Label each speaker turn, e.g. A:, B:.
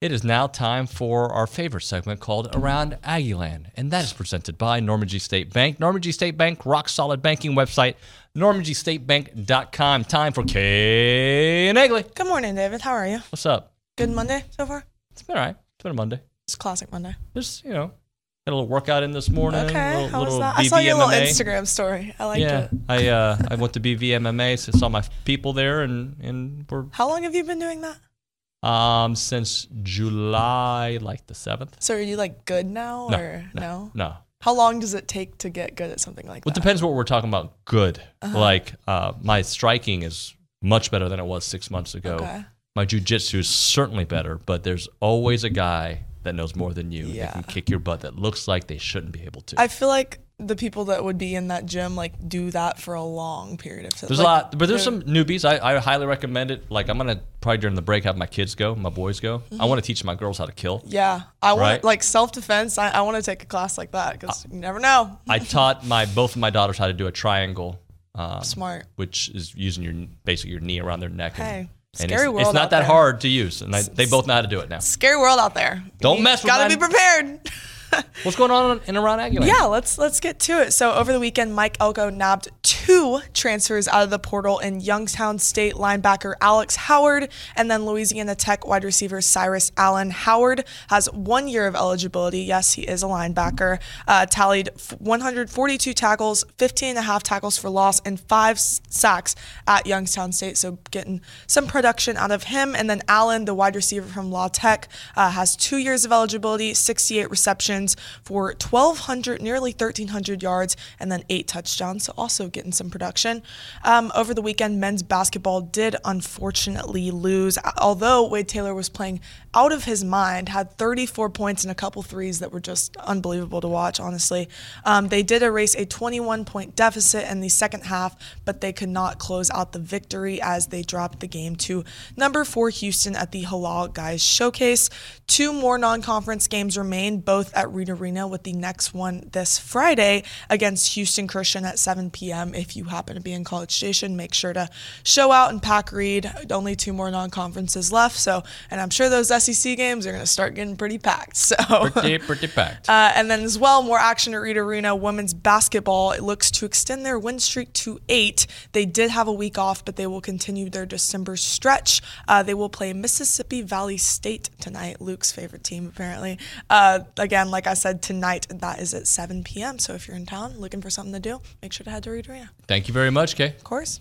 A: It is now time for our favorite segment called Around Aggieland, and that is presented by Normandy State Bank. Normandy State Bank, rock solid banking website, normandystatebank.com. Time for Kay and Egley.
B: Good morning, David. How are you?
A: What's up?
B: Good Monday so far?
A: It's been all right. It's been a Monday.
B: It's classic Monday.
A: Just, you know, had a little workout in this morning.
B: Okay,
A: little,
B: how was
A: Uh, little
B: that? I saw your little
A: BBMMA.
B: Instagram story. I liked
A: Yeah,
B: it.
A: I uh, I went to BVMMA, so saw my people there, and and we're
B: How long have you been doing that?
A: um since July like the seventh.
B: So are you like good now or no?
A: No,
B: How long does it take to get good at something like
A: well, it
B: that? Uh-huh.
A: depends what we're talking about. Good, like uh, my striking is much better than it was six months ago.
B: Okay.
A: My jujitsu is certainly better, but there's always a guy that knows more than you
B: Yeah.
A: that can kick your butt that looks like they shouldn't be able to.
B: I feel like the people that would be in that gym like do that for a long period of time.
A: There's
B: Like,
A: a lot, but there's some newbies. I, I highly recommend it. Like I'm gonna probably during the break have my kids go, my boys go. I want to teach my girls how to kill.
B: Mm-hmm. Yeah, I want
A: Right?
B: like self defense. I, I want to take a class like that because you never know.
A: I taught my both of my daughters how to do a triangle, um,
B: Smart.
A: which is using your basically your knee around their neck.
B: Hey,
A: and
B: scary
A: it's,
B: world
A: it's not
B: out
A: that
B: there.
A: hard to use, and I, they both know how to do it now.
B: Scary world out there.
A: Don't
B: You
A: mess with
B: Gotta
A: mine.
B: be prepared.
A: What's going on in around Aguilar?
B: Yeah, let's let's get to it. So over the weekend, Mike Elko nabbed two transfers out of the portal in Youngstown State linebacker Alex Howard and then Louisiana Tech wide receiver Cyrus Allen. Howard has one year of eligibility. Yes, he is a linebacker. Uh, tallied f- 142 tackles, 15 and a half tackles for loss, and five s- sacks at Youngstown State. So getting some production out of him. And then Allen, the wide receiver from Law Tech, uh, has two years of eligibility, 68 receptions for 1,200, nearly 1,300 yards, and then eight touchdowns. So also getting some production. Um, over the weekend, men's basketball did unfortunately lose, although Wade Taylor was playing out of his mind, had 34 points and a couple threes that were just unbelievable to watch, honestly. Um, they did erase a 21 point deficit in the second half, but they could not close out the victory as they dropped the game to number four Houston at the Halal Guys Showcase. Two more non conference games remain, both at Reed Arena, with the next one this Friday against Houston Christian at 7 p.m. If you happen to be in College Station, make sure to show out and pack Reed. Only two more non conferences left, so, and I'm sure those SEC games are going to start getting pretty packed. So,
A: pretty pretty packed.
B: uh, and then as well, more action at Reed Arena. Women's basketball it looks to extend their win streak to eight. They did have a week off, but they will continue their December stretch. Uh, they will play Mississippi Valley State tonight, Luke's favorite team apparently. Uh, again, like I said, tonight that is at 7 p.m. So if you're in town looking for something to do, make sure to head to Reed Arena.
A: Thank you very much, Kay.
B: Of course.